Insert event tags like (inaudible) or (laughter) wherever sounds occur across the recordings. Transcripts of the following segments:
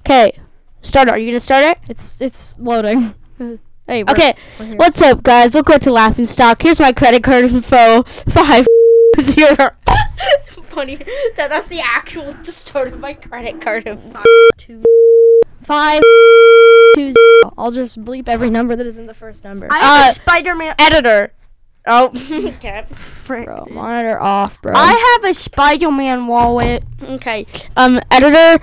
Okay, start it. Are you gonna start it? It's it's loading. hey. we're- (laughs) Okay, we're here. what's up, guys? Welcome to Laughing Stock. Here's my credit card info (laughs) five zero. (laughs) Funny. That, that's the actual to start of my credit card. info. Five (laughs) two. zero. I'll just bleep every number that isn't the first number. I have Uh, a Spider-Man. Editor. (laughs) Oh, okay. Frick. Bro, monitor off, bro. I have a Spider-Man wallet. okay. Um, (laughs) editor.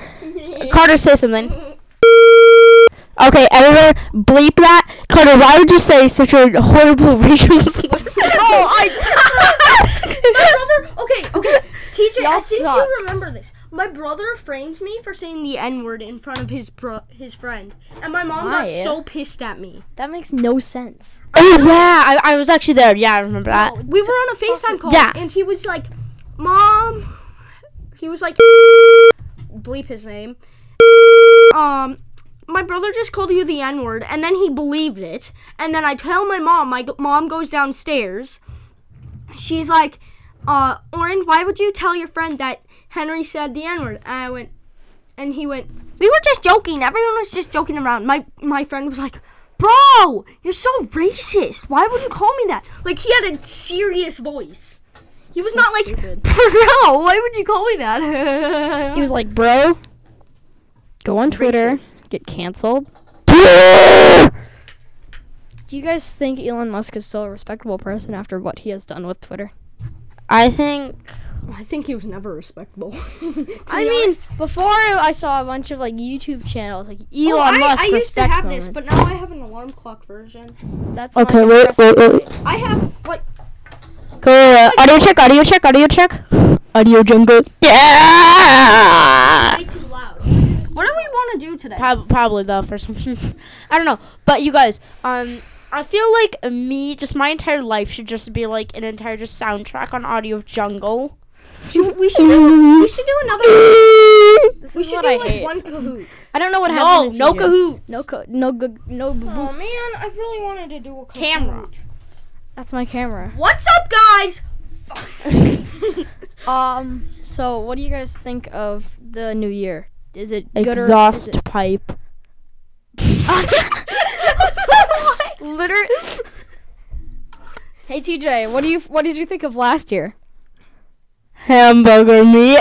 Carter, say something. Okay, editor, bleep that. Carter, why would you say such a horrible (laughs) (laughs) racial slur? oh, I. my brother. Okay, okay. TJ, I Y'all think suck. you remember this. My brother framed me for saying the N word in front of his bro- his friend, and my mom Why? got so pissed at me. that makes no sense. (laughs) Oh, yeah, I, I was actually there. Yeah, I remember that. We were on a Facetime call, Yeah. and he was like, "Mom," he was like, "Bleep his name." Um, my brother just called you the N word, and then he believed it. And then I tell my mom. My g- mom goes downstairs. She's like, "Uh, Oren, why would you tell your friend that Henry said the N word?" And I went, and he went, "We were just joking. Everyone was just joking around." My my friend was like. Bro, you're so racist. Why would you call me that? Like he had a serious voice. He was not like, stupid. (laughs) bro. Why would you call me that? (laughs) He was like, bro, go on Twitter, get canceled. Do you guys think Elon Musk is still a respectable person after what he has done with Twitter? I think. I think he was never (laughs) respectable. I mean, before I saw a bunch of like YouTube channels like Elon Musk Oh, I, used to respect have this, but moments. now I have an alarm clock version. that's my Okay, wait, first- wait, wait. I have like Go, uh, audio check, audio check, audio check. Audio jungle. Yeah! way too loud. What do we want to do today? Prob- probably though for some (laughs) I don't know. But you guys, um I feel like me just my entire life should just be like an entire just soundtrack on Audio Jungle. Should- we should do, we should do another. (laughs) This We is should what do I like hate. one Kahoot. I don't know what No, happened. to no TJ. cahoots. No co- no gu- no Oh man, boots. I really wanted to do a Kahoot. Camera. That's my camera. What's up, (laughs) guys? Um. So, what do you guys think of the new year? Is it good or is Exhaust it- pipe. Literally. hey TJ, what do you what did you think of last year? Hamburger (laughs) meat.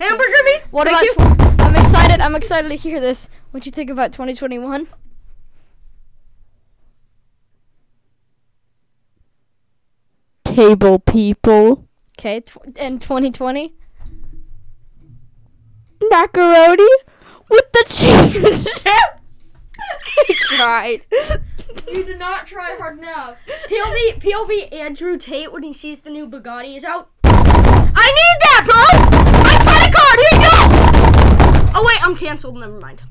Hamburger meat. What Thank you. about? Tw- I'm excited. I'm excited to hear this. What you think about 2021? Table people. Okay, tw- and 2020. Macaroni with the cheese (laughs) chips. (laughs) Tried. You did not try hard enough. POV POV Andrew Tate when he sees the new Bugatti is out. I need that, bro. My credit card. Here you go. Oh wait, I'm canceled. Never mind.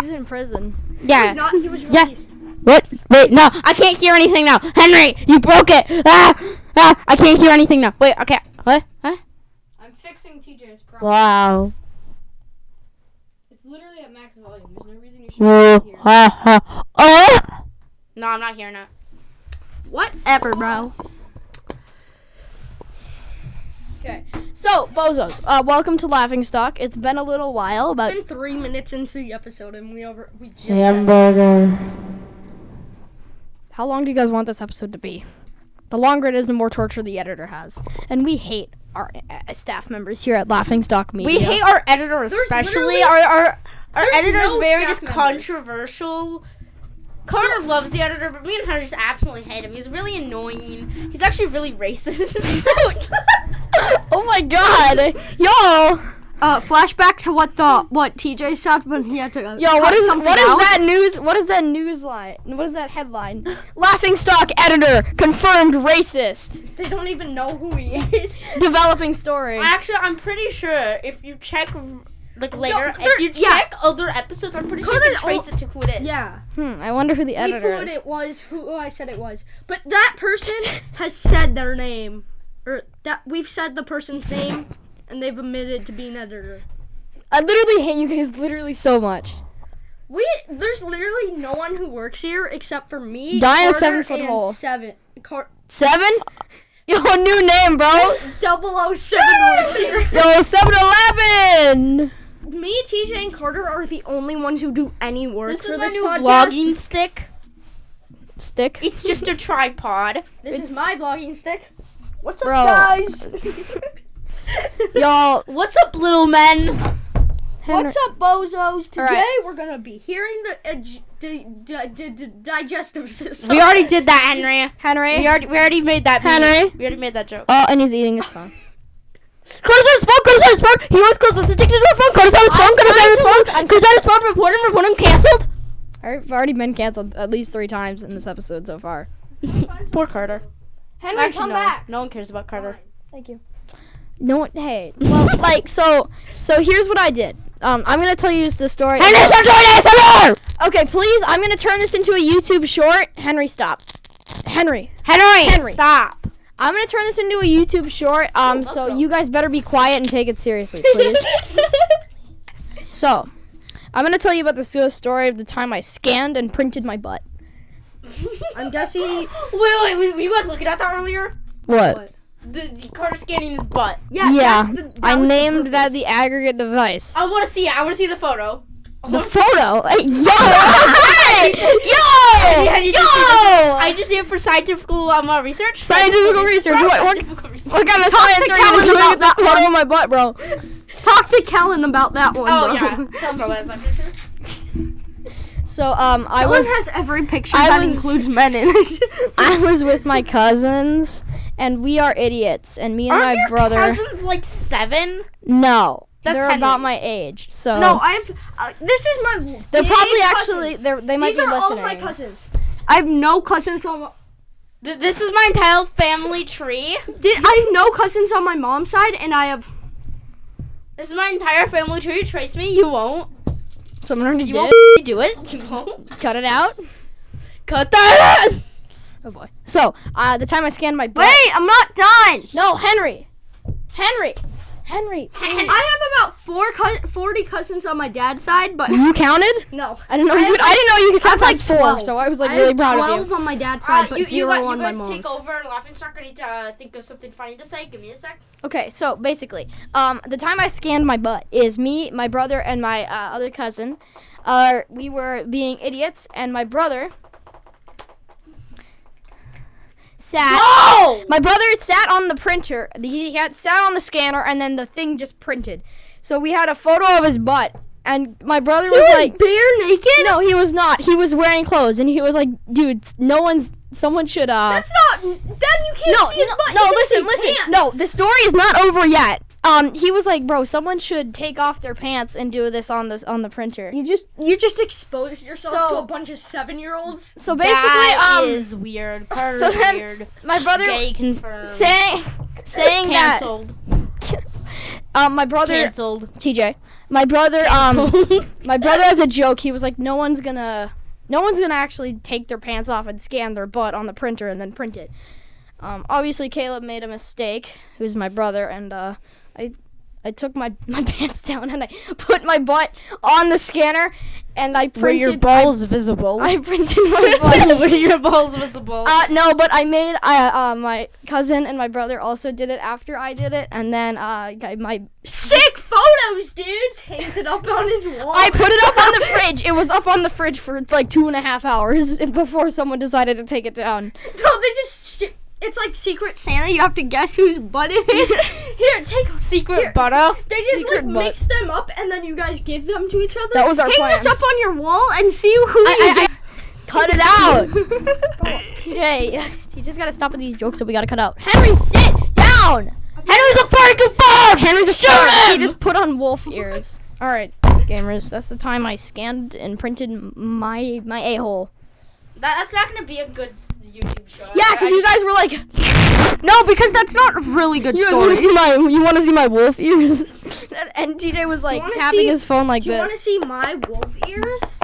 He's in prison. Yeah. He's not. He was Yeah. released. What? Wait, no, I can't hear anything now. Henry, you broke it. Ah, ah, I can't hear anything now. Wait, okay. What? Huh? I'm fixing TJ's problem. Wow. It's literally at max volume. There's no reason you (laughs) should Whoa. Ah, ah. Oh. No, I'm not hearing it. Whatever, bro. Okay. So, bozos, uh, welcome to Laughing Stock. It's been a little while, but Been three minutes into the episode and we over we just. Hamburger. how long do you guys want this episode to be? The longer it is, the more torture the editor has, and we hate our uh, staff members here at Laughing Stock Media. We hate our editor especially. literally- Our our our there's editor's no very staff just members. controversial. Carter loves the editor, but me and Hunter just absolutely hate him. He's really annoying. He's actually really racist. (laughs) Oh my God, y'all! Uh, flashback to what the what TJ said when he had to. Uh, Yo, what cut is something what is out. that news? What is that news line? What is that headline? Laughing Stock editor confirmed racist. They don't even know who he is. (laughs) Developing story. actually, I'm pretty sure if you check like later, there- if you yeah. check other episodes, I'm pretty sure you Carter can trace al- it to who it is. yeah, Hmm. I wonder who the we editor put is. it was who I said it was, but that person has said their name, or that we've said the person's name, and they've admitted to being editor. I literally hate you guys literally so much. We there's literally no one who works here except for me. Die in a Carter, seven-foot and hole. Seven. Car- (laughs) Seven? Yo, Oh. new name, bro. (laughs) 007 works oh here. Yo, 7 Eleven! me, TJ, and Carter are the only ones who do any work This for is my this new podcast. vlogging stick. Stick. It's just (laughs) a tripod. This It's- is my vlogging stick. What's up, Bro. guys? (laughs) Y'all, What's up, little men? (laughs) What's up, bozos? Today All right. we're gonna be hearing the uh, g- d- d- d- d- digestive system. We already did that, Henry. Henry. We already we already made that. meme. Henry? We already made that joke. oh, and he's eating his phone. Carter's on his phone. Carter's on his phone. He always calls us addicted to our phone. Carter's on his phone. Carter's on his phone. Carter's on his phone. Report him. Report him. Cancelled. I've already been canceled at least three times in this episode so far. (laughs) Poor Carter. Henry, come no, back. No one cares about Carter. No one. Hey. Well, like so. So here's what I did. Um, I'm gonna tell you the story. Henry, stop doing ASMR. Okay, please. I'm gonna turn this into a YouTube short. Henry, stop. Henry, Henry. Henry. (laughs) Stop. I'm gonna turn this into a YouTube short. Um, so you guys better be quiet and take it seriously, (laughs) please. so, I'm gonna tell you about the so- story of the time I scanned and printed my butt. (laughs) I'm guessing. Wait, wait, wait, were you guys looking at that earlier? What? The, the Carter scanning his butt. Yeah, yeah, that's the, that I was the named that purpose. the aggregate device. I want to see. it. I want to see the photo. I the wanna see- photo. Yo, (laughs) hey, yo, Yeah, you yo. just I just did it for scientific um, uh, research. Scientific research. What- what- Scientific research. what kind of Talk to science are you Calvin doing about with that photo of my butt, bro? Talk to Kellen about that one. Oh (laughs) bro. yeah. Tell bro has that picture. So, um, I Kellen was. has every picture I that was- (laughs) includes men in it. I was with my cousins, and we are idiots. And me and Aren't my your brother. cousins like seven? No, That's they're about Henry's. my age. So (laughs) no, I've. Uh, this is my. they're big probably actually cousins. they're, they might These be are listening. all of my cousins. I have no cousins on. My, Th- this is my entire family tree. Did- I have no cousins on my mom's side, and I have. This is my entire family tree. Trace me. You won't. Someone already You did. won't do it. You won't. Cut it out. Cut that. out. Oh boy. So uh, the time I scanned my butt. Wait, I'm not done. No, Henry. Henry. Henry. (laughs) I have about four cou- forty cousins on my dad's (laughs) side, but You counted? no. I didn't know. You could, I didn't know you could I have count past like four. 12. So I was like I really have proud Twelve of you. on my dad's Uh, side, but you, you, zero got- you on my guys mom's. take over and laughing stock. I need to uh, think of something funny to say. Give me a sec. Okay, so basically, um, the time I scanned my butt is me, my brother, and my uh, other cousin. Uh, we were being idiots, and my brother sat. Oh! My brother sat on the printer. He had sat on the scanner, and then the thing just printed. So we had a photo of his butt, and my brother was like, bare naked. (laughs) "No, he was not. He was wearing clothes." And he was like, "Dude, s- no one's. Someone should uh." That's not. Then you can't no, see his no, butt. no, you can listen, see listen. pants. No, the story is not over yet. Um, he was like, "Bro, someone should take off their pants and do this on this on the printer." you just you just exposed yourself So- to a bunch of seven year olds. So basically, that um, is weird. Carter's so then- weird. my brother Gay confirmed. saying saying that Cancelled. um, my brother Cancelled. TJ, my brother um, (laughs) my brother as a joke, he was like, "No one's gonna, no one's gonna actually take their pants off and scan their butt on the printer and then print it." Um, obviously, Caleb made a mistake. Who's my brother, and uh, I, I took my (laughs) my pants down and I put my butt on the scanner, and I Were your printed. I, balls visible? (laughs) I printed (laughs) my butt. Were your balls visible? Uh, no, but I made uh, uh, my cousin and my brother also did it after I did it, and then uh, I- my Sick photos, dudes. (laughs) Hangs it up on his wall. I (laughs) put it up on the fridge. It was up on the fridge for like two and a half hours (laughs) before someone decided to take it down. No, they just. Sh- it's like Secret Santa. You have to guess whose butt (laughs) it is. Here, take. Secret Here. butter. They just Secret like butt. mix them up and then you guys give them to each other. That was our Hang plan. this up on your wall and see who you I, I, I cut it out. get. (laughs) (laughs) TJ, TJ's gotta stop with these jokes that we gotta cut out. Henry, sit down. Henry's a farting bomb. Henry's a shark. He just put on wolf ears. (laughs) All right, gamers, that's the time I scanned and printed my my a hole. That, that's not gonna be a good s- YouTube show. Yeah, I- cause you guys were like, (laughs) no, because that's not a really good you want to story. (laughs) see my you want to see my wolf ears, and TJ was like wanna tapping see- his phone like Do you this. want to see my wolf ears?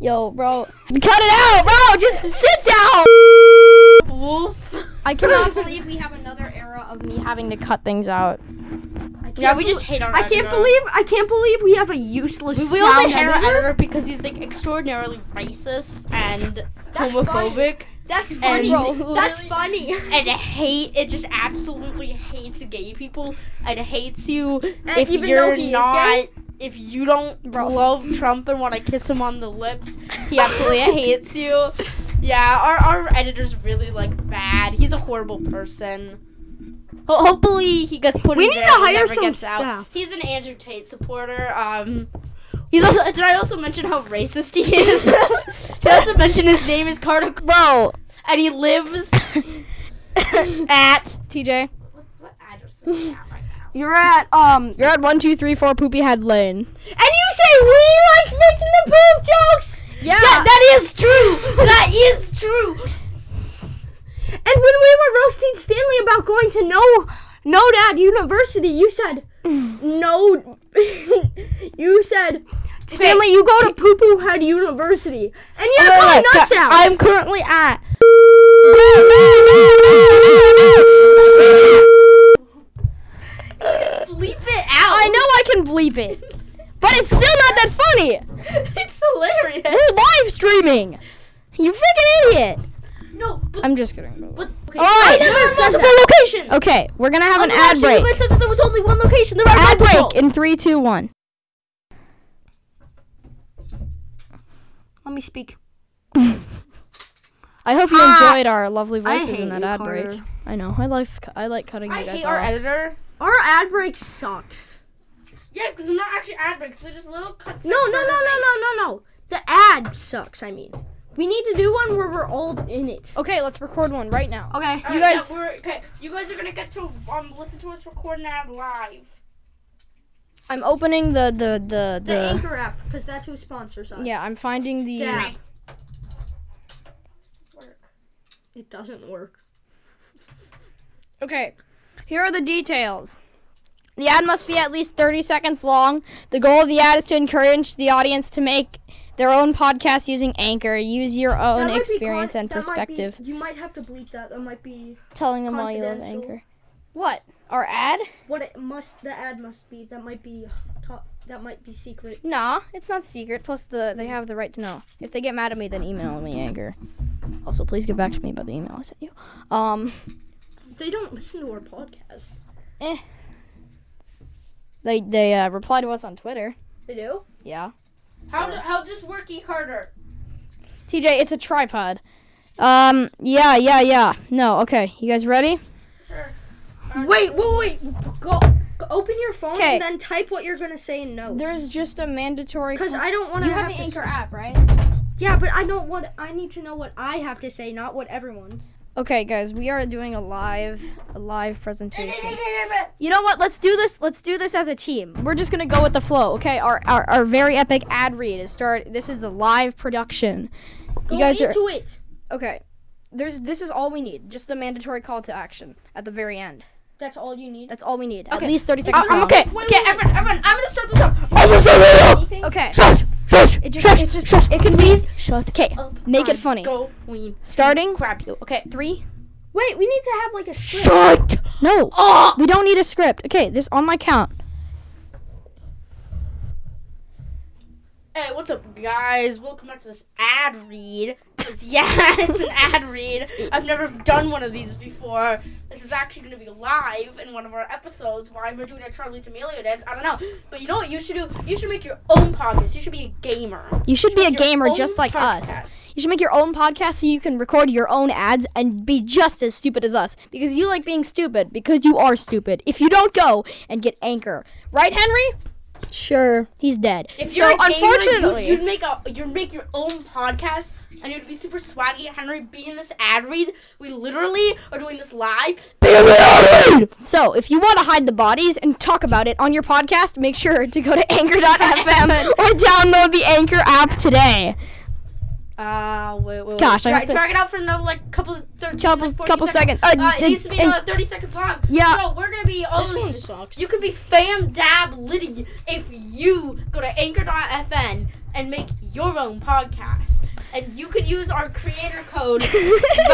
Yo, bro. Cut it out, bro. Just sit down. Wolf. (laughs) I cannot believe we have another era of me having to cut things out. Yeah, we just hate our. I can't editor. believe I can't believe we have a useless We sound only hate our editor. editor because he's like extraordinarily racist and That's homophobic That's funny. Bro, that's really? funny. and hate. It just absolutely hates gay people and hates you And if even though you're he is not gay? if you don't love Trump and want to kiss him on the lips, (laughs) he absolutely hates you. Yeah, our, our editor's really like bad. He's a horrible person. Ho- hopefully he gets put We in need jail to and hire never some gets out. staff. He's an Andrew Tate supporter. Um He's also, did I also mention how racist he (laughs) is? did I also mention his name is Carter Cr- Bro, and he lives at TJ, what, what address is he at right now? You're at um, you're at one, two, three, four. Poopy head lane. and you say we like making the poop jokes, Yeah. Yeah, that is true. That is true. and when we were roasting Stanley about going to no, no dad university, you said no, (laughs) you said. Stanley, you go to Poo Poo Head University, and Oh, you're Wait, calling wait, wait. us out. I'm currently at. Bleep it out. I know I can bleep it, but it's still not that funny. (laughs) it's hilarious. We're live streaming. You freaking idiot. No, but, I'm just kidding. but okay. Alright, there are multiple locations. Okay, we're gonna have Oh an my ad gosh, break. You guys said that there was only one location. There are Ad multiple. break in three, two, one. Let me speak. I hope you Ah, enjoyed our lovely I voices in that hate you, ad break. Carter. I know. I like I like cutting I you guys hate off. our editor. Our ad break sucks. Yeah, because they're not actually ad breaks. They're just little cuts. No, no, no, no, no, no, no. The ad sucks, I mean. We need to do one where we're all in it. okay, let's record one right now. Okay. All You right, guys- yeah, we're, okay. You guys are gonna get to um listen to us record an ad live. I'm opening the the the The the. Anchor app, because that's who sponsors us. yeah, I'm finding the. Yeah. Does this work? It doesn't work. Okay, here are the details. The ad must be at least 30 seconds long. The goal of the ad is to encourage the audience to make their own podcast using Anchor. Use your own That might be experience con- and that might be- perspective. you might have to bleep that. That might be Telling them why you love confidential. Anchor. What? Our ad? what it must. The ad must be. That might be. Top, that might be secret. Nah, it's not secret. Plus, the they have the right to know. If they get mad at me, then email me Anchor. Also, please get back to me about the email I sent you. Um, They don't listen to our podcast. they they uh, reply to us on Twitter. They do. Yeah. How do, how does work, E Carter? TJ, it's a tripod. Um, yeah, yeah, yeah. No, okay. You guys ready? Sure. Wait, wait, wait. Go. go Open your phone 'Kay. and then type what you're gonna say in notes. There's just a mandatory. Because con- I don't want you to have the to Anchor s- app, right? Yeah, but I don't want. I need to know what I have to say, not what everyone. Okay, guys, we are doing a live, a live (laughs) presentation. You know what? Let's do this. Let's do this as a team. We're just gonna go with the flow. Okay, our our, our very epic ad read is start. This is a live production. Go you guys are into it. okay. There's this is all we need. Just a mandatory call to action at the very end. That's all you need. That's all we need. Okay. At least thirty seconds. I- I'm long. okay. Wait, okay, wait, wait. everyone, everyone, I'm gonna start this up. Anything? Okay. Shush, shush, It just, shush, it's just, shush. it can be. Shut. Okay. Make it I'm funny. Going. Starting. Grab you. Okay. Three. Wait, we need to have like a script. Shut No. Ah! up. We don't need a script. Okay, this on my count. Hey, what's up, guys? Welcome back to this ad read. 'Cause, yeah, it's (laughs) an ad read. I've never done one of these before. This is actually going to be live in one of our episodes. Why we're doing a Charlie D'Amelio dance, I don't know. But you know what you should do? You should make your own podcast. You should be a gamer. You should be a Make your gamer own just like us. podcast. You should make your own podcast so you can record your own ads and be just as stupid as us. Because you like being stupid, because you are stupid. If you don't go and get anchor. Right, Henry? Sure. He's dead. If so you're a gamer, unfortunately you, you'd make a you'd make your own podcast and you'd be super swaggy. Henry, be in this ad read. We literally are doing this live. So if you want to hide the bodies and talk about it on your podcast, make sure to go to (laughs) anchor.fm or download the Anchor app today. Uh, wait, wait, wait. Gosh, I drag, have to- drag it out for another like couple, 13, Couple- like, 14 couple seconds. second- uh, Uh, it the- needs to be and- uh, thirty seconds long. Yeah. So we're gonna be all This one this- sucks. You can be fam dab litty if you go to anchor.fm and make your own podcast. And you could use our creator (laughs) code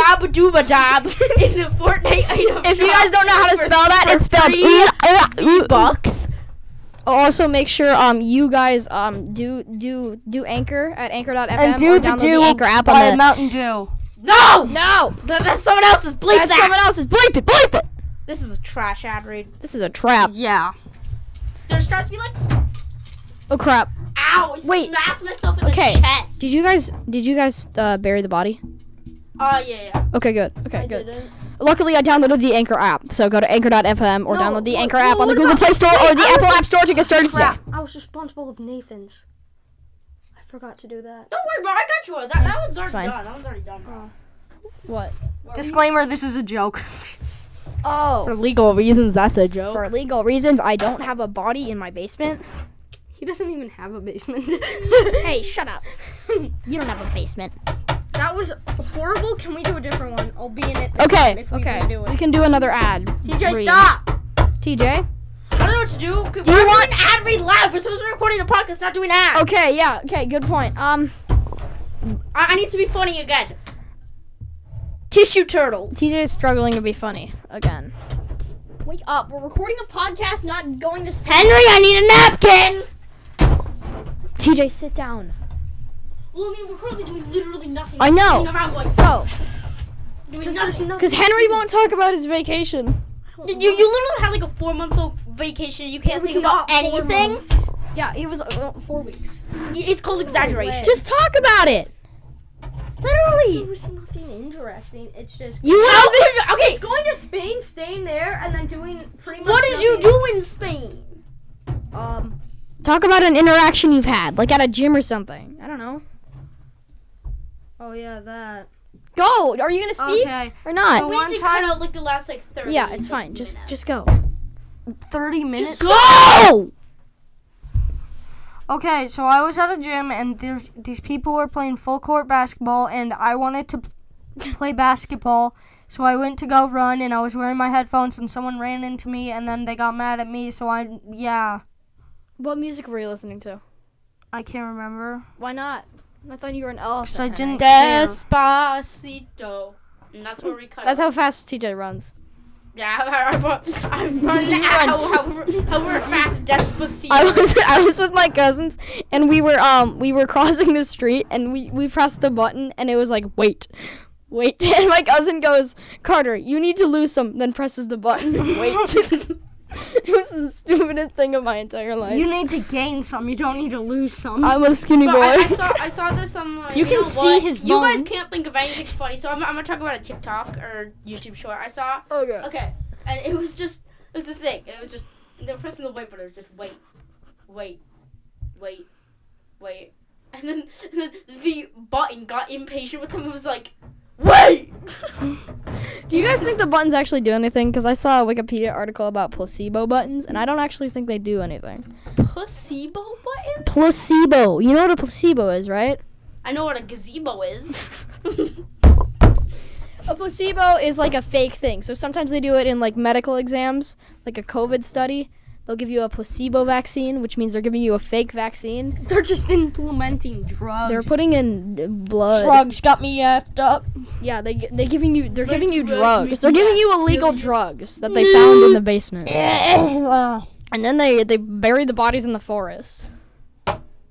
Babadubadab in the Fortnite item. If you shop guys don't know how to for- spell that, for it's spelled free. e, bucks. Also, make sure um you guys um do do do anchor at anchor.fm And do or the download do anchor app on the. Mountain Dew. No! no, That, that's someone else's. Bleep that's that. someone else's. Bleep it, bleep it. This is a trash ad read. This is a trap. Yeah. There's stress. Be like, Oh crap! Ow! I Wait. smacked myself in Okay. the chest. Did you guys? Did you guys uh, bury the body? Oh yeah, yeah. Okay, good. Okay, I good. didn't. Luckily, I downloaded the Anchor app. So go to anchor.fm or No, download the what- Anchor well, app on the what Google about- Play Store or wait, the I Apple was- App Store to get started today. Crap, I was responsible of Nathan's. I forgot to do that. Don't worry, bro. I got you. That that one's already fine. done. That one's already done. Bro. What? Disclaimer: This is a joke. Oh. legal reasons, that's a joke. For legal reasons, I don't have a body in my (laughs) basement. He doesn't even have a basement. (laughs) Hey, shut up. You don't have a basement. that was horrible. Can we do a different one? I'll be in it. This time Okay, if we okay. Can do We it. can do another ad. TJ, read. stop. TJ? I don't know what to do. Could- Do you We're want- doing ad read live. We're supposed to be recording the podcast, not doing ads. Okay, yeah, okay, good point. Um, Oh, I, I need to be funny again. Tissue turtle. TJ is struggling to be funny again. Wake up. We're recording a podcast, not going to sleep. Henry, I need a napkin. TJ, sit down. Well, I mean, we're currently doing literally nothing. I know. Sitting around going, So, doing nothing. because Henry won't talk about his vacation. You, you literally had like a four month old vacation. You can't think about anything. Yeah, it was uh, four weeks. It's called exaggeration. Just talk about it. There Literally. was nothing interesting. It's just You How have could you- okay, going to Spain, staying there, and then doing pretty much. what did you nothing. do in Spain? Um, Talk about an interaction you've had, like at a gym or something. I don't know. oh yeah, that. Go. Are you gonna speak Okay, or not? So We one need to time- cut out like the last like thirty. yeah, it's fine. Just, just go. thirty minutes. Go. Okay, so I was at a gym and there's, these people were playing full court basketball and I wanted to p- play basketball. So I went to go run and I was wearing my headphones and someone ran into me and then they got mad at me. So I, yeah, What music were you listening to? I can't remember. Why not? I thought you were an elephant. So I didn't. care. Despacito. And that's where we cut. That's out. how fast TJ runs. Yeah, (laughs) I, I, I run. I run how however however fast Despacito. I was (laughs) I was with my cousins and we were um we were (laughs) crossing the street and we we pressed the button and it was like wait. Wait, (laughs) and my cousin goes, Carter, you need to lose some, then presses the button. (laughs) Wait. it was the stupidest thing of my entire life. You need to gain some. You don't need to lose some. I'm a skinny But boy. I, (laughs) I saw I saw this on like You can know see what? his You guys bone. can't think of anything funny, so I'm, I'm gonna talk about a TikTok or YouTube short I saw. oh, God. Okay, and it was just it was this thing. It was just and they were pressing the wait button. It was just wait, wait, wait, wait, and then, (laughs) and then the button got impatient with them. and was like wait. (laughs) Do you guys think the buttons actually do anything? Because I saw a Wikipedia article about placebo buttons, and I don't actually think they do anything. placebo button? Placebo. You know what a placebo is, right? I know what a gazebo is. A placebo is like a fake thing. So sometimes they do it in like medical exams, like a COVID study. They'll give you a placebo vaccine, which means they're giving you a fake vaccine. (laughs) They're just implementing drugs. They're putting in uh, blood. drugs got me effed up. Yeah, they they're giving you they're giving you drugs drugs. make They're you giving you illegal drugs that they found in the basement. Ugh. And then they they bury the bodies in the forest.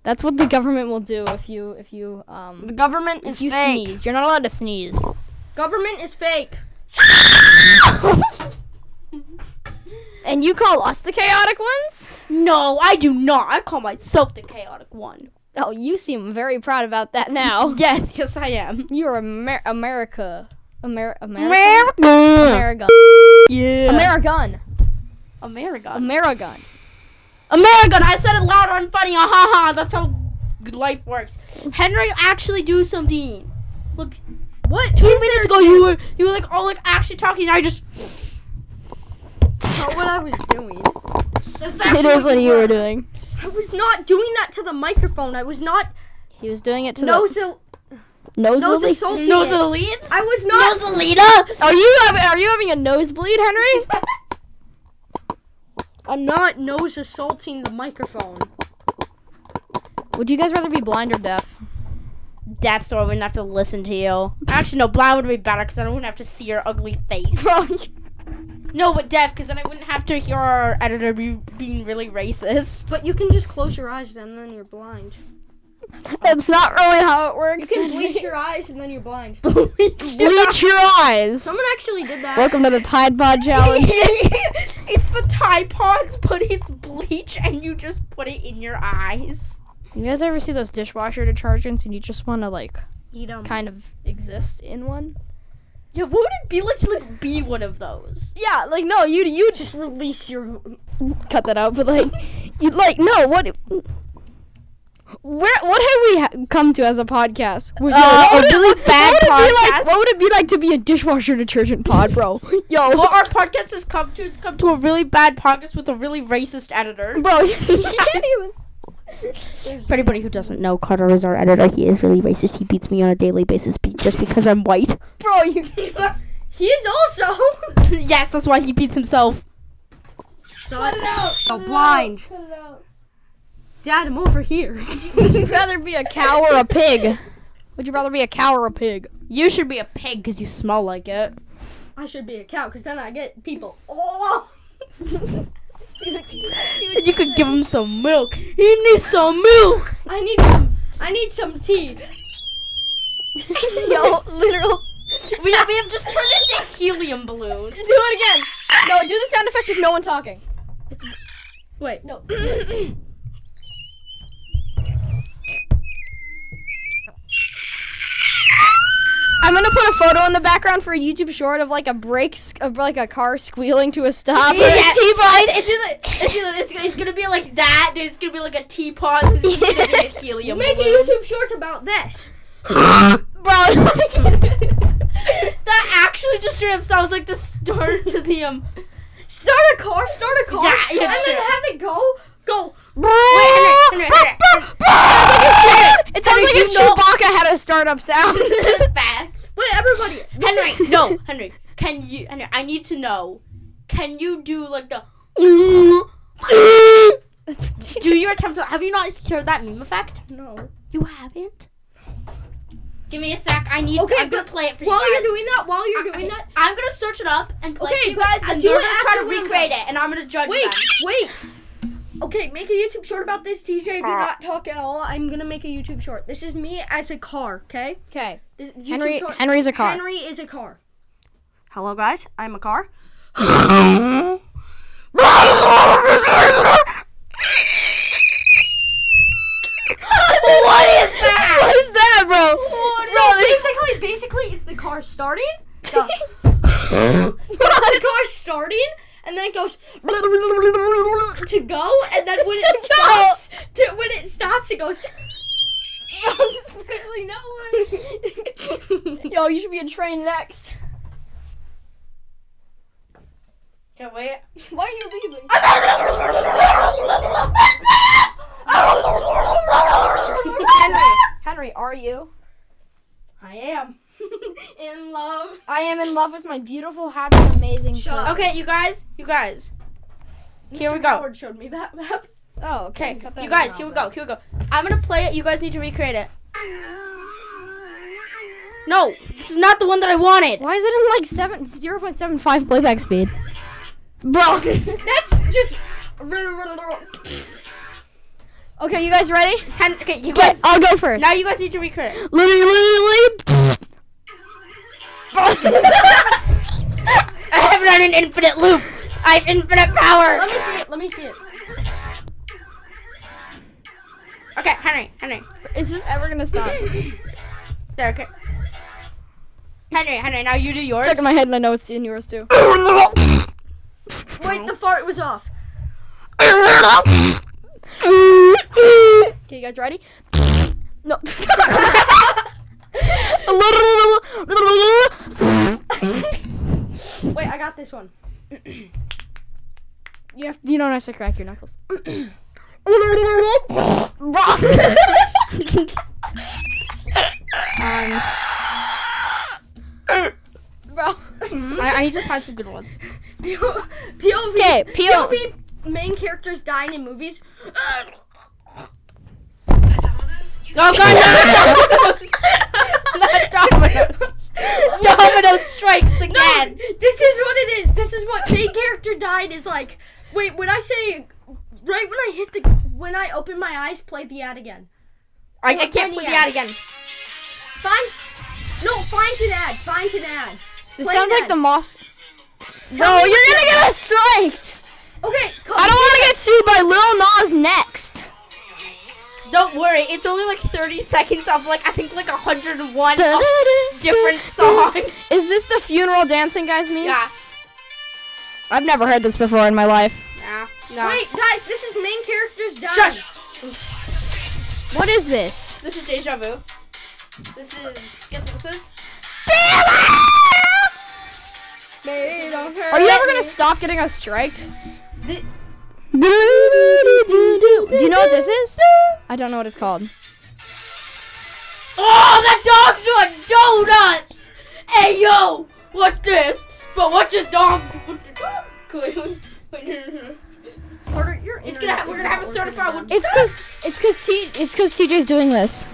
That's what the government will do if you if you um (laughs) the government if is you fake. sneeze. You're not allowed to sneeze. Government is fake. And you call us the chaotic ones? no, I do not. I call myself the chaotic one. Oh, you seem very proud about that (laughs) now. Yes, yes, I am. You're Amer- America. Amer- America. America. America. Yeah. American. America. American. American. I said it loud and funny. Ah, ha ha. That's how good life works. Henry, actually do something. Look. What? Two minutes ago, you were you were like all like actually talking. And I just. That's not what I was doing. (laughs) That's It actually is what you were. were doing. I was not doing that to the microphone. I was not He was doing it to nose al- the nose. nose only? assaulting. it. Nosebleeds. I was not. Noselita. Are you having, are you having a nosebleed, Henry? (laughs) I'm not nose assaulting the microphone. Would you guys rather be blind or deaf? Death, so I wouldn't have to listen to you. Actually, no, blind would be better because I wouldn't have to see your ugly face. No, but deaf, because then I wouldn't have to hear our editor be, being really (laughs) racist. But you can just close your eyes and then you're blind. That's not really how it You works. can bleach your eyes and then you're blind. Bleach your eyes. (laughs) Someone actually did that. Welcome to the Tide (laughs) Pod Challenge. (laughs) it's the Tide Pods, but it's bleach, and you just put it in your eyes. you guys ever see those dishwasher detergents and you just want to like Eat 'em. kind of exist in one? Yeah, what would it be like to like be one of those? Yeah, like no, you you just Just release your. cut that out, but like you like no, what where what have we ha- come to as a podcast? Well, yo, Uh, what a would it- really what- bad what would it be podcast. Like, what would it be like to be a dishwasher detergent (laughs) pod, bro? yo, What our podcast has come to, it's come to a really bad podcast with a really racist editor. (laughs) bro, you can't even. For anybody who doesn't know, Carter is our editor. He is really racist. He beats me on a daily basis be- just because I'm white. Bro, you. He is also. yes, that's why he beats himself. Cut it out. Oh, blind. Dad, I'm over here. Would you rather be a cow or a pig? Would you rather be a cow or a pig? You should be a pig because you smell like it. I should be a cow because then I get people. (laughs) Oh. You could give him some milk. He needs some (laughs) milk. I need some. I need some tea. Yo, literal. We, we have just turned into helium balloons. Do it again. No, do the sound effect of no one talking. Wait. (coughs) No. I'm gonna put a photo in the background for a YouTube short of like a brake, sq- of like a car squealing to a stop. (laughs) Yeah, (laughs) it's, it's, either, it's, either, it's, gonna- it's gonna be like that, then it's gonna be like a teapot, then it's just gonna be (laughs) a helium Make a (laughs) balloon. YouTube shorts about this. (laughs) That actually just straight up sounds like the start to the (laughs) um. Start a car. Start a car. Yeah, yeah, and sure. then have it go. Go. Henry, Henry, It sounds like you if know- Chewbacca had a startup sound. Henry. Facts. Wait, everybody. Henry, no, Henry. Can you, Henry? I need to know. Can you do like the? Do your attempt. To, have you not heard that meme effect? No. You haven't. Give me a sec. I need. Okay, Okay, I'm gonna but play it for you While guys. you're doing that, while you're doing Okay, that, I'm gonna search it up and play it Okay, for you but, guys, uh, and do you're it gonna try after to we're recreate it, and I'm gonna judge wait, them. wait. Okay, make a YouTube short about this, TJ. Do not talk at all. I'm gonna make a YouTube short. This is me as a car. Okay. Okay, This YouTube Henry. short. Henry's a car. Henry is a car. Hello, guys. I'm a car. what is that? (laughs) What is that, bro? So basically, basically, it's the car starting. (laughs) The, it's the car starting, and then it goes to go, and then (laughs) when it stops, to, when it stops, it goes. Yo, you should be a train next. Okay, wait. Why are you leaving? Henry, Henry, are you? (laughs) I am in love. I am in love with my beautiful, happy, amazing. Shut person. Okay, you guys, you guys. Here Mr. we go. Howard showed me that map. Oh, okay. Okay, cut that you out guys, now, here we but- go, here we go. I'm gonna play it. You guys need to recreate it. No, this is not the one that I wanted. Why is it in like seven zero point seven five playback speed? Bro, That's just. (laughs) Okay, you guys ready? Hen- okay, you Okay, guys. I'll go first. Now you guys need to recreate it. Literally, literally. I have run an infinite loop. I have infinite power. Let me see it. Let me see it. Okay, Henry, Henry. Is this ever gonna stop? There, okay. Henry, Henry, now you do yours. Stuck in my head, and I know it's in yours too. Wait, the fart was off. Okay, you guys ready? No. Wait, I got this one. you have, you don't have to crack your knuckles. Bro, I, I need to find some good ones. POV. POV. Okay, PO. Main characters dying in movies. Oh (laughs) god, no, no, no, no. Dominoes. Domino strikes No, again. this is what it is. This is what main character died is like. Wait, when I say, right when I hit the, when I open my eyes, play the ad again. I, I Play can't the play the ad. ad again. Find. No, find an ad. Find an ad. This Play sounds that. like the moss. Tell no, me you're what gonna get us striked. Okay, I don't want to get sued by Lil Nas next. Don't worry, it's only like 30 seconds of like I think like 101 of different Different song. Is this the funeral dancing guys meme? (laughs) yeah, I've never heard this before in my life. yeah, no. Wait, guys, this is main characters dying. Shush. What is this? This is deja vu. This is guess what this is? Made on her. Are you ever gonna stop getting us (laughs) striked? Thi- Do you know what this is? I don't know what it's called. Oh, that dog's doing donuts. Hey yo, what's this? But what's your dog? What the dog doing? Carter, your It's gonna. internet We're is gonna not have a working certified. now. one. It's cause it's cause T it's cause TJ's doing this.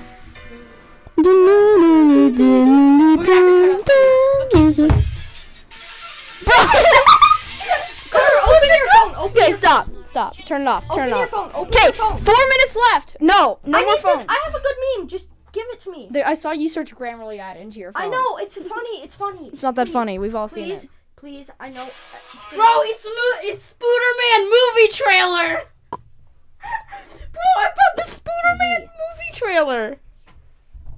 We're gonna have to cut out some of these, but keep this one. Carter, (laughs) open your phone. Open Okay, your stop, stop, turn it off, turn Open it your off. phone. Open Okay, your four phone. minutes left. No, no I more need to- phone. I have a good meme. Just give it to me. There- I saw you search Grammarly ad into your phone. I know it's funny. It's funny. It's not that Please, funny. We've all seen Please, it. please. I know. It's been- Bro, it's mo- it's Spooderman movie trailer. Bro, I found the Spooderman movie trailer.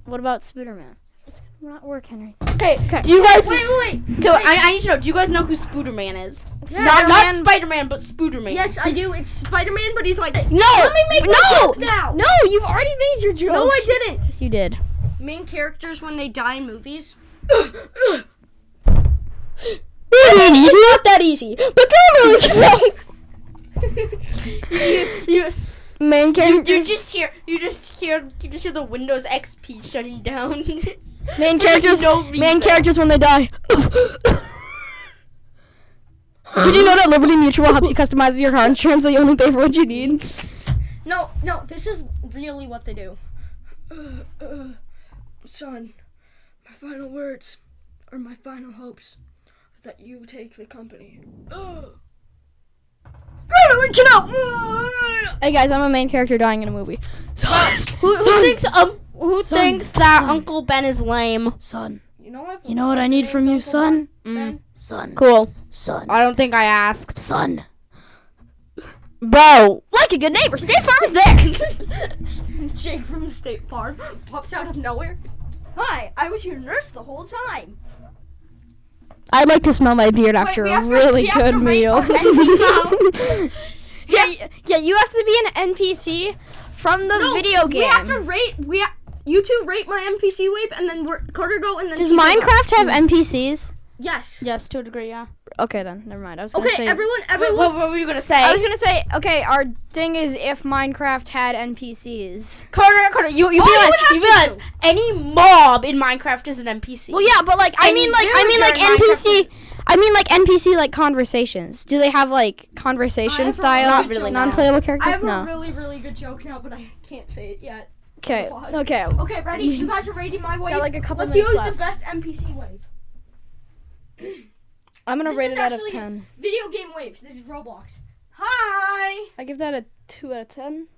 What about Spooderman? It's gonna not work, Henry. Okay, do you guys? Wait, wait, wait. Okay, I, I need to know. Do you guys know who Spooderman is? Yeah. Not, not Spider-Man- Spider-Man, but Spooderman. Yes, I do. It's Spider-Man, but he's like this. No! Let me make my no! joke now. No, you've already made your joke. No, I didn't. You did. Main characters when they die in movies. it's not that easy. But You, (laughs) Main characters. you just hear you just hear you just hear the Windows XP shutting down. (laughs) main For, like, characters. no main reason. characters when they die. Did you know that Liberty Mutual helps you customize your car insurance so you only pay for what you need? No, no. This is really what they do. (sighs) son, my final words are my final hopes that you take the company. Hey guys, I'm a main character dying in a movie. who, who thinks um who thinks that Uncle Ben is lame? Son, You know, I've you know what I need from you, son? Mm, Son, Cool. son, I don't think I asked. son. Bro, like a good neighbor, State Farm is (laughs) there. Jake from the State Farm (laughs) pops out of nowhere. Hi, I was your nurse the whole time. I'd like to smell my beard after we a have to- really we have good to rate meal. (laughs) our NPCs yeah, y- yeah, you have to be an NPC from the No, video game. We have to rate. We ha- you two rate my NPC wave, and then we're, Carter go, and then Does you go. Minecraft have NPCs? Yes. Yes, to a degree, yeah. Okay, then never mind. I was gonna Okay, say. everyone, Wait, everyone. what, what were you gonna say? I was gonna say. Okay, our thing is if Minecraft had NPCs. Carter, Carter, you you Oh, realize you you would have realize any mob in Minecraft is an NPC. Well, yeah, but like I And mean, like I mean, like villager in NPC. I mean, like NPC, like conversations. Do they have like I conversation have a style, really good joke. non-playable I characters? have a No. really, really good joke now, but I can't say it yet. Okay. God. Okay. Okay, ready? You guys are rating my wave. Mm-hmm. like, a couple Let's minutes use left. the best NPC wave. I'm gonna This rate is it out of actually- ten. Video game waves. This is Roblox. Hi. I give that a two out of ten.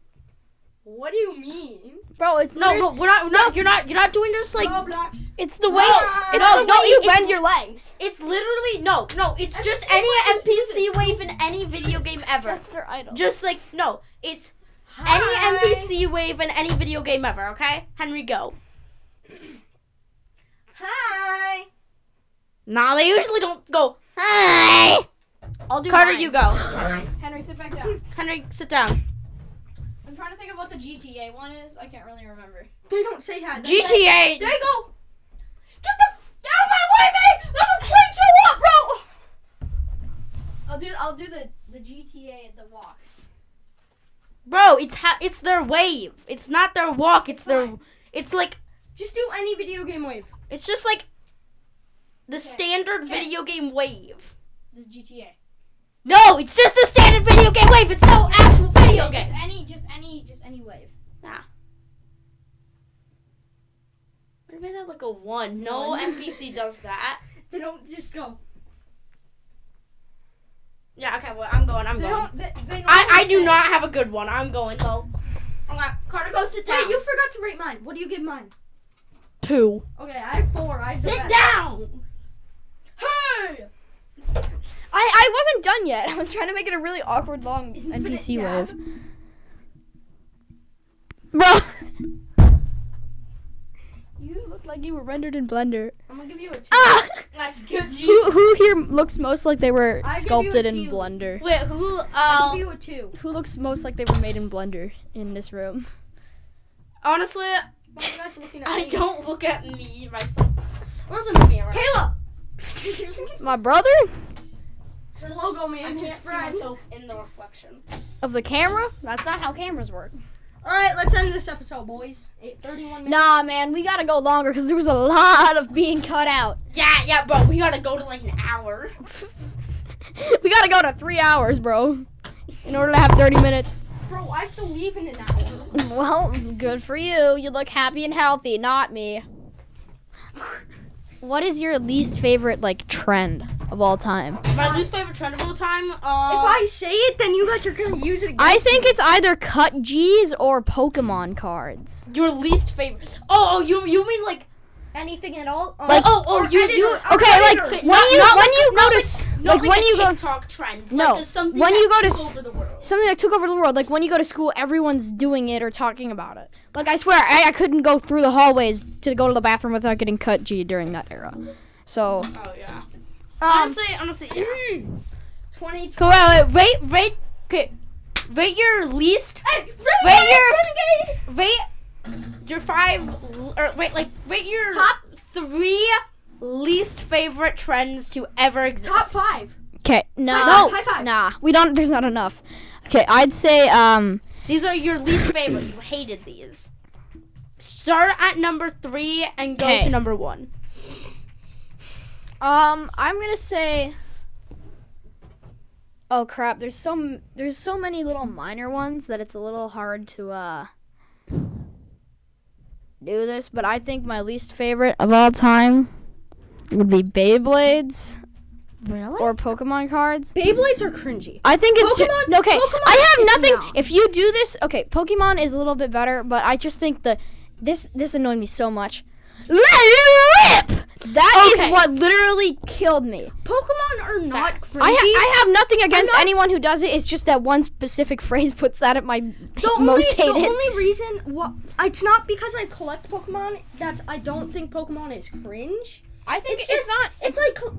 What do you mean? Bro, it's No, no, we're not. No, you're not. You're not doing this like. Roblox. It's the way. Wow. It's No, the no, way you it's- bend your legs. It's literally no, no. It's just NPC any wave is NPC wave in any video game ever. their idol. Just like no, it's Hi. any NPC wave in any video game ever. Okay, Henry, go. Hi. Nah, they usually don't go. Hi. I'll do Carter, mine. you go. Henry, sit back down. Henry, sit down. I'm trying to think of what the GTA one is. I can't really remember. They don't say hi. They say- GTA. There you go. Get the get out of my way, man. I'm a plane show up, bro. I'll do. I'll do the the GTA the walk. Bro, it's ha- it's their wave. It's not their walk. It's their. It's like Just do any video game wave. it's just like the standard video game wave. This GTA. No, it's just the standard video game wave. It's no actual video game. any. Just any. Just any wave. What made that like a one? No (laughs) NPC does that. They don't just go. Yeah, okay, well, I'm going, I'm They going. don't. They, they don't I, I do say- not have a good one. I'm going, though. Okay, Carter, go sit Wait, down. you forgot to rate mine. What do you give mine? Two. Okay, I have four. I have the sit best. down. Hey. I, I wasn't done (laughs) yet. I was trying to make it a really awkward long NPC dab. wave. (laughs) Bro. You look like you were rendered in Blender. (laughs) I'm gonna give you a two. (laughs) Like, good you. Who, who here looks most like they were I give you sculpted a in two. Blender? Wait, who? I'll Um, give you a two. Who looks most like they were made in Blender in this room? honestly, Why are you guys looking at I me? don't look at me myself. Where's the mirror? (laughs) Caleb, My brother? slow go me I and his can't see friend. myself in the reflection. Of the camera? That's not how cameras work. All right, let's end this episode, boys. Eight thirty-one minutes. Nah, man, we gotta go longer because there was a lot of being cut out. Yeah, yeah, bro. We gotta go to like an hour. (laughs) we gotta go to three hours, bro, in order to have 30 minutes. Bro, I have to leave in an hour. (laughs) Well, good for you. You look happy and healthy, not me. What is your least favorite like trend of all time? My least favorite trend of all time. Um, if I say it, then you guys are gonna use it again. I think it's either cut G's or Pokemon cards. your least favorite. Oh, oh, you you mean like Anything at all? Um, Like- oh oh or you editor, you or Okay, like editor. when not- you not when you notice not like when a you go TikTok trend. No, like, it's something when that you go to took s- over the world. something that took over the world. Like when you go to school, everyone's doing it or talking about it. Like I swear, I, I couldn't go through the hallways to go to the bathroom without getting cut G during that era. So Oh yeah. Um, honestly, honestly, yeah. twenty. Go out, wait, wait, rate, okay, rate your least, Hey, rate your, rate your five, l- or wait, like rate your top three least favorite trends to ever exist. Top five. okay, no, High five, high five. nah, we don't. There's not enough. Okay, I'd say um These are your least favorite. You hated these. Start at number three and go Okay. to number one. um I'm gonna say. Oh crap! There's so m- there's so many little minor ones that it's a little hard to uh do this. But I think my least favorite of all time would be Beyblades. Really? or Pokemon cards. Beyblades are cringy. I think it's ju- Pokemon- no, okay. Pokemon I have is nothing. not. If you do this, okay, Pokemon is a little bit better, but I just think the this this annoyed me so much. Let it rip. That is Okay. what literally killed me. Pokemon are not Facts. cringy. I, ha- I have nothing against not anyone who does it. It's just that one specific (laughs) phrase puts that at my the (laughs) only, most hated. The only reason why it's not because I collect Pokemon that I don't think Pokemon is cringe. I think it's just- It's like cl-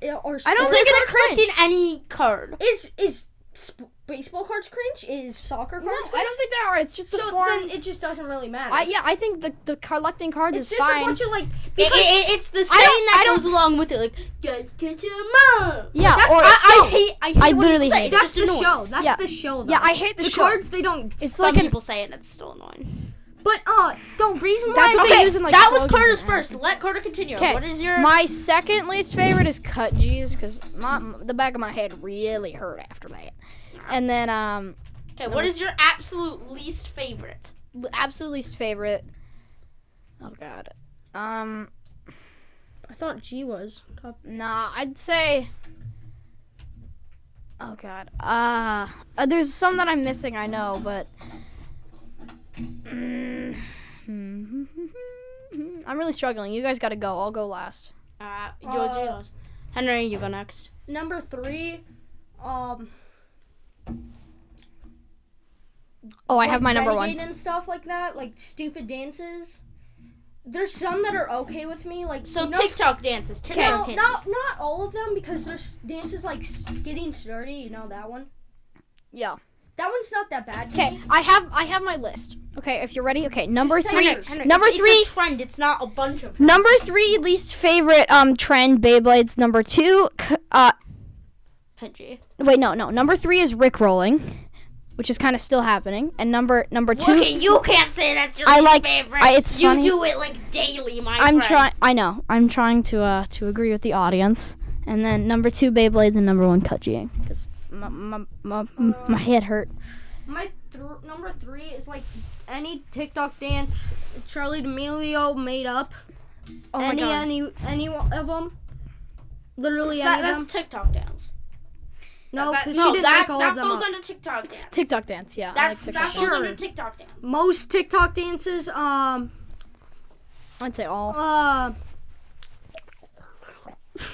yeah, or I don't sports- think It's it's like cringe. collecting any card. is is sp- baseball cards cringe? Is soccer No, cards? I cringe? don't think they are. It's just the so. form. Then it just doesn't really matter. I, yeah, I think the, the collecting cards it's is just fine. a bunch of like It, it, because it- it's the saying don't- that I don't- goes along with it, like guys, catch 'em up. yeah, that's- or I, I hate. I, hate I when literally people say hate it. it. It's that's just the show. annoying. That's Yeah. the show. Though. yeah, I hate the, the show. cards. They don't. It's Some like an people say it, and it's still annoying. But uh, the reason why That's I what think- they use in like that slogans was and Carter's ads. first. Let Carter continue. 'Kay. What is your? My second least favorite is cut G's because my the back of my head really hurt after that. And then um, Okay, what is your absolute least favorite? l- absolute least favorite. Oh God. Um, I thought G was top. nah, I'd say. Oh God. Uh, uh, there's some that I'm missing. I know, but. mm-hmm. I'm really struggling. You guys gotta go. I'll go last. Uh, Uh, Henry, you go next. number three, um, Oh, I have my number renegade one. and stuff like that, like stupid dances. There's some that are okay with me, like So you know, TikTok dances, No, TikTok dances. not not all of them because there's dances like s- getting sturdy. You know that one. Yeah. That one's not that bad. To Okay, me. I have I have my list. Okay, if you're ready. Okay, number say three. yours. Number it's, three. It's a trend. It's not a bunch of. Number three least favorite um trend Beyblades. Number two. c- Uh, Pidgey. wait, no, no. Number three is Rick rolling, which is kind of still happening. And number number two. Okay, you can't say that's your I least like- favorite. I- it's you funny. do it like daily, my I'm friend. trying. I know. I'm trying to uh to agree with the audience. And then number two Beyblades and number one Kujing because my my, my, my head hurt. um, Um, My th- number three is like any TikTok dance Charlie D'Amelio made up. Oh any any any one of them. Literally So any that- of that's them. TikTok dance. No, that, Oh, 'cause no, she didn't that, make all that of them goes up. under TikTok dance. TikTok dance, yeah. I That's like that TikTok goes dance. under TikTok dance. Most TikTok dances, um, I'd say all. uh, (laughs)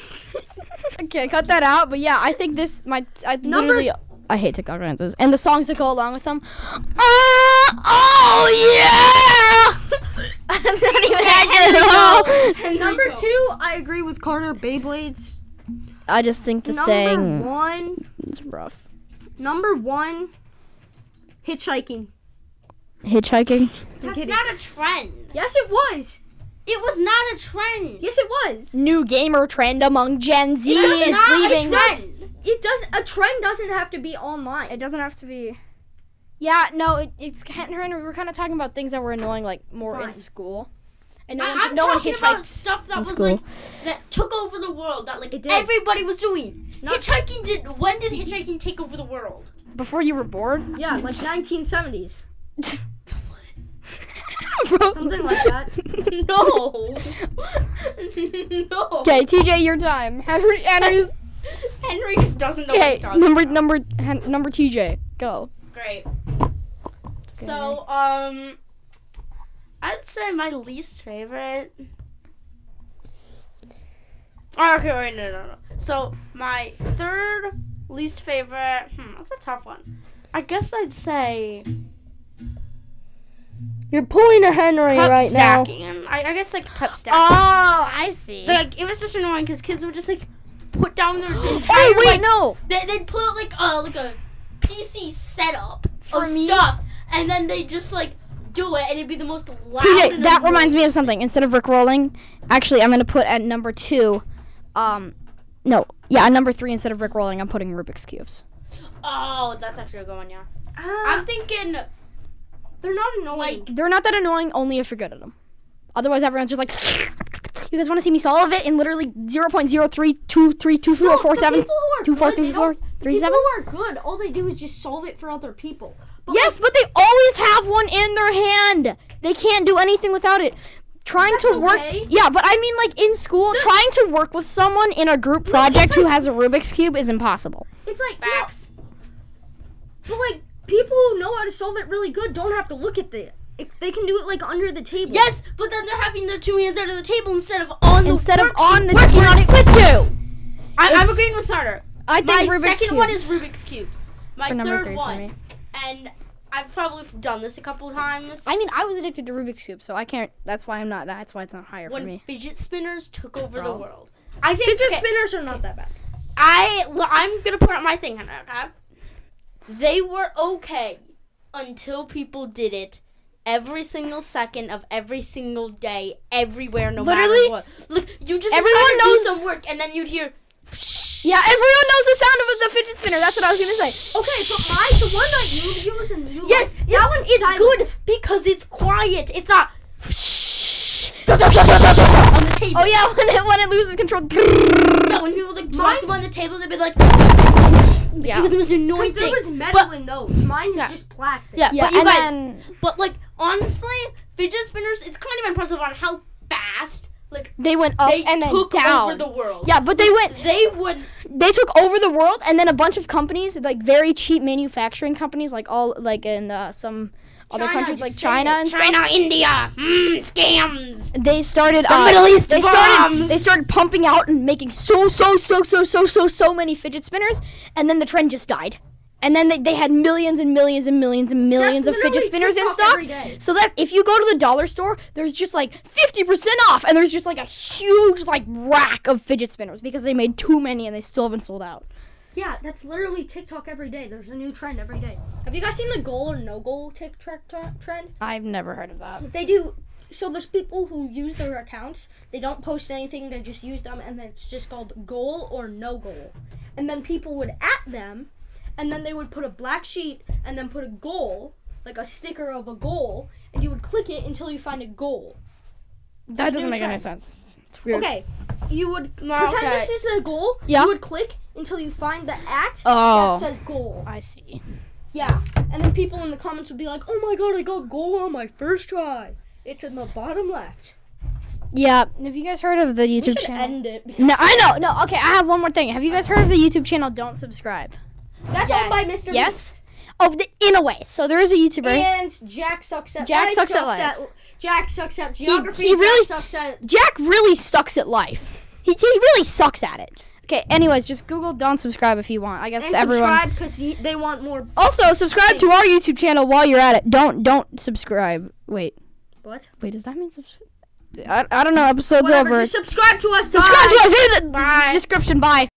Okay, cut that out. But yeah, I think this my I Number- literally I hate TikTok dances and the songs that go along with them. oh yeah! That's not even accurate at all. number two, I agree with Carter. Beyblades. I just think the number saying one, is rough. number one, hitchhiking. Hitchhiking. That's not a trend. Yes, it was. It was not a trend. Yes, it was. New gamer trend among Gen Z It was is not leaving. a trend. It does. A trend doesn't have to be online. It doesn't have to be. Yeah, no, it, it's kind of, we were kind of talking about things that were annoying, like more in Fine. school. And no I, one, I'm no one talking about hitchhikes. stuff that in was school. like that took over the world. That like It did. everybody was doing. Not- hitchhiking did. When did hitchhiking take over (laughs) the world? Before you were born, (laughs) Yeah, (laughs) like 1970s, bro. something like that. No. (laughs) no. Okay, TJ, your time. (laughs) Henry, Henry's. Henry just doesn't know what Okay, he's talking number, about. number, hen, number, TJ, go. Great. So, um, I'd say my least favorite. Oh, okay, wait, no, no, no. So, my third least favorite. Hmm, that's a tough one. I guess I'd say You're pulling a Henry cup right now. stacking. I, I guess like cup stacking. Oh, I see. They're like it was just annoying because kids would just like put down their Hey, entire wait, like, no. They, they'd pull out like a like a PC setup For of me- stuff, and then they just like do it, and it'd be the most loud. TJ, and that annoying- reminds me of something. Instead of Rick rolling, actually, I'm gonna put at number two. Um, no, yeah, at number three instead of Rick rolling, I'm putting Rubik's cubes. Oh, that's actually a good one. Yeah, Ah, I'm thinking they're not annoying. like They're not that annoying only if you're good at them. Otherwise, everyone's just like, (laughs) you guys want to see me solve it in literally (laughs) 0.0323247. people who are Two, four, good, three, they four, don't- the three, people seven? who are good, all they do is just solve it for other people. But Yes, but they always have one in their hand. They can't do anything without it. Trying to That's work, okay. yeah, but I mean, like in (laughs) school, trying to work with someone in a group project who has a Rubik's cube is impossible. like, it's like no, facts. but like people who know how to solve it really good don't have to look at the. If they can do it like under the table. Yes, but then they're having their two hands under the table instead of on the Instead of worksheet, on the working on it with you. I, I'm It's- agreeing with Carter. I My think Rubik's second cubes one is Rubik's cubes. My for number third three for me. one, and I've probably done this a couple times. I mean, I was addicted to Rubik's cube, so I can't. That's why I'm not. That's why it's not higher when for me. fidget spinners took over the world. I think Fidget okay, spinners are not that bad. I well, I'm gonna put out my thing on it. Okay? They were okay until people did it every single second of every single day, everywhere, no Literally, matter what. Look, you just everyone everyone knows knows- do some work, and then you'd hear. Yeah, everyone knows the sound of the fidget spinner. That's what I was gonna say. Okay, but my the one that you use and you Yes, like, yes, that one's it's silent. good because it's quiet. It's not on the table. Oh yeah, when it when it loses control. yeah. When people like drop Mine- them on the table, they'd be like, Yeah. "It was the most annoying 'Cause thing." There was metal But- in those. Mine is Yeah. just plastic. yeah, Yeah, but you and guys, then But like honestly, fidget spinners, it's kind of impressive on how fast like they went up they and then took down. over the world. yeah, but they went. They wouldn't They took over the world, and then a bunch of companies, like very cheap manufacturing companies, like all like in uh, some other China, countries, you like say China it. and stuff. China, India, mm, scams. they started uh, Middle East they started bombs. they started pumping out and making so so so so so so so many fidget spinners and then the trend just died and then they, they had millions and millions and millions and millions That's of fidget literally spinners in TikTok stock every day. so that if you go to the dollar store there's just like 50% off and there's just like a huge like rack of fidget spinners because they made too many and they still haven't sold out Yeah, that's literally TikTok every day. There's a new trend every day. Have you guys seen the goal or no goal TikTok tr- trend? i've never heard of that They do. So there's people who use their accounts. They don't post anything. They just use them, and then it's just called goal or no goal. And then people would at them, and then they would put a black sheet, and then put a goal, like a sticker of a goal, and you would click it until you find a goal. that doesn't make any sense it's weird Okay, you would No, pretend okay. this is a goal. Yeah. You would click until you find the at Oh. that says goal. i see Yeah, and then people in the comments would be like, "Oh my god, I got goal on my first try." It's in the bottom left. yeah have you guys heard of the youtube We should channel end it. No, I know. No, okay. I have one more thing. Have you guys heard of the YouTube channel Don't Subscribe? That's owned by Mr. Yes. Of the in a way. So there is a Beast. YouTuber. And Jack sucks at Jack life, sucks at life. at- Jack sucks at geography. he really- Jack sucks at Jack really sucks at life. He, he really sucks at it. Okay, anyways, just Google don't subscribe if you want. I guess and everyone subscribe because they want more. Also, subscribe to our YouTube channel while you're at it. Don't don't subscribe. Wait, What? wait, does that mean subscribe? I, I don't know. Episode's Whatever. over. Just subscribe to us. subscribe bye. to us. Read the description. Bye.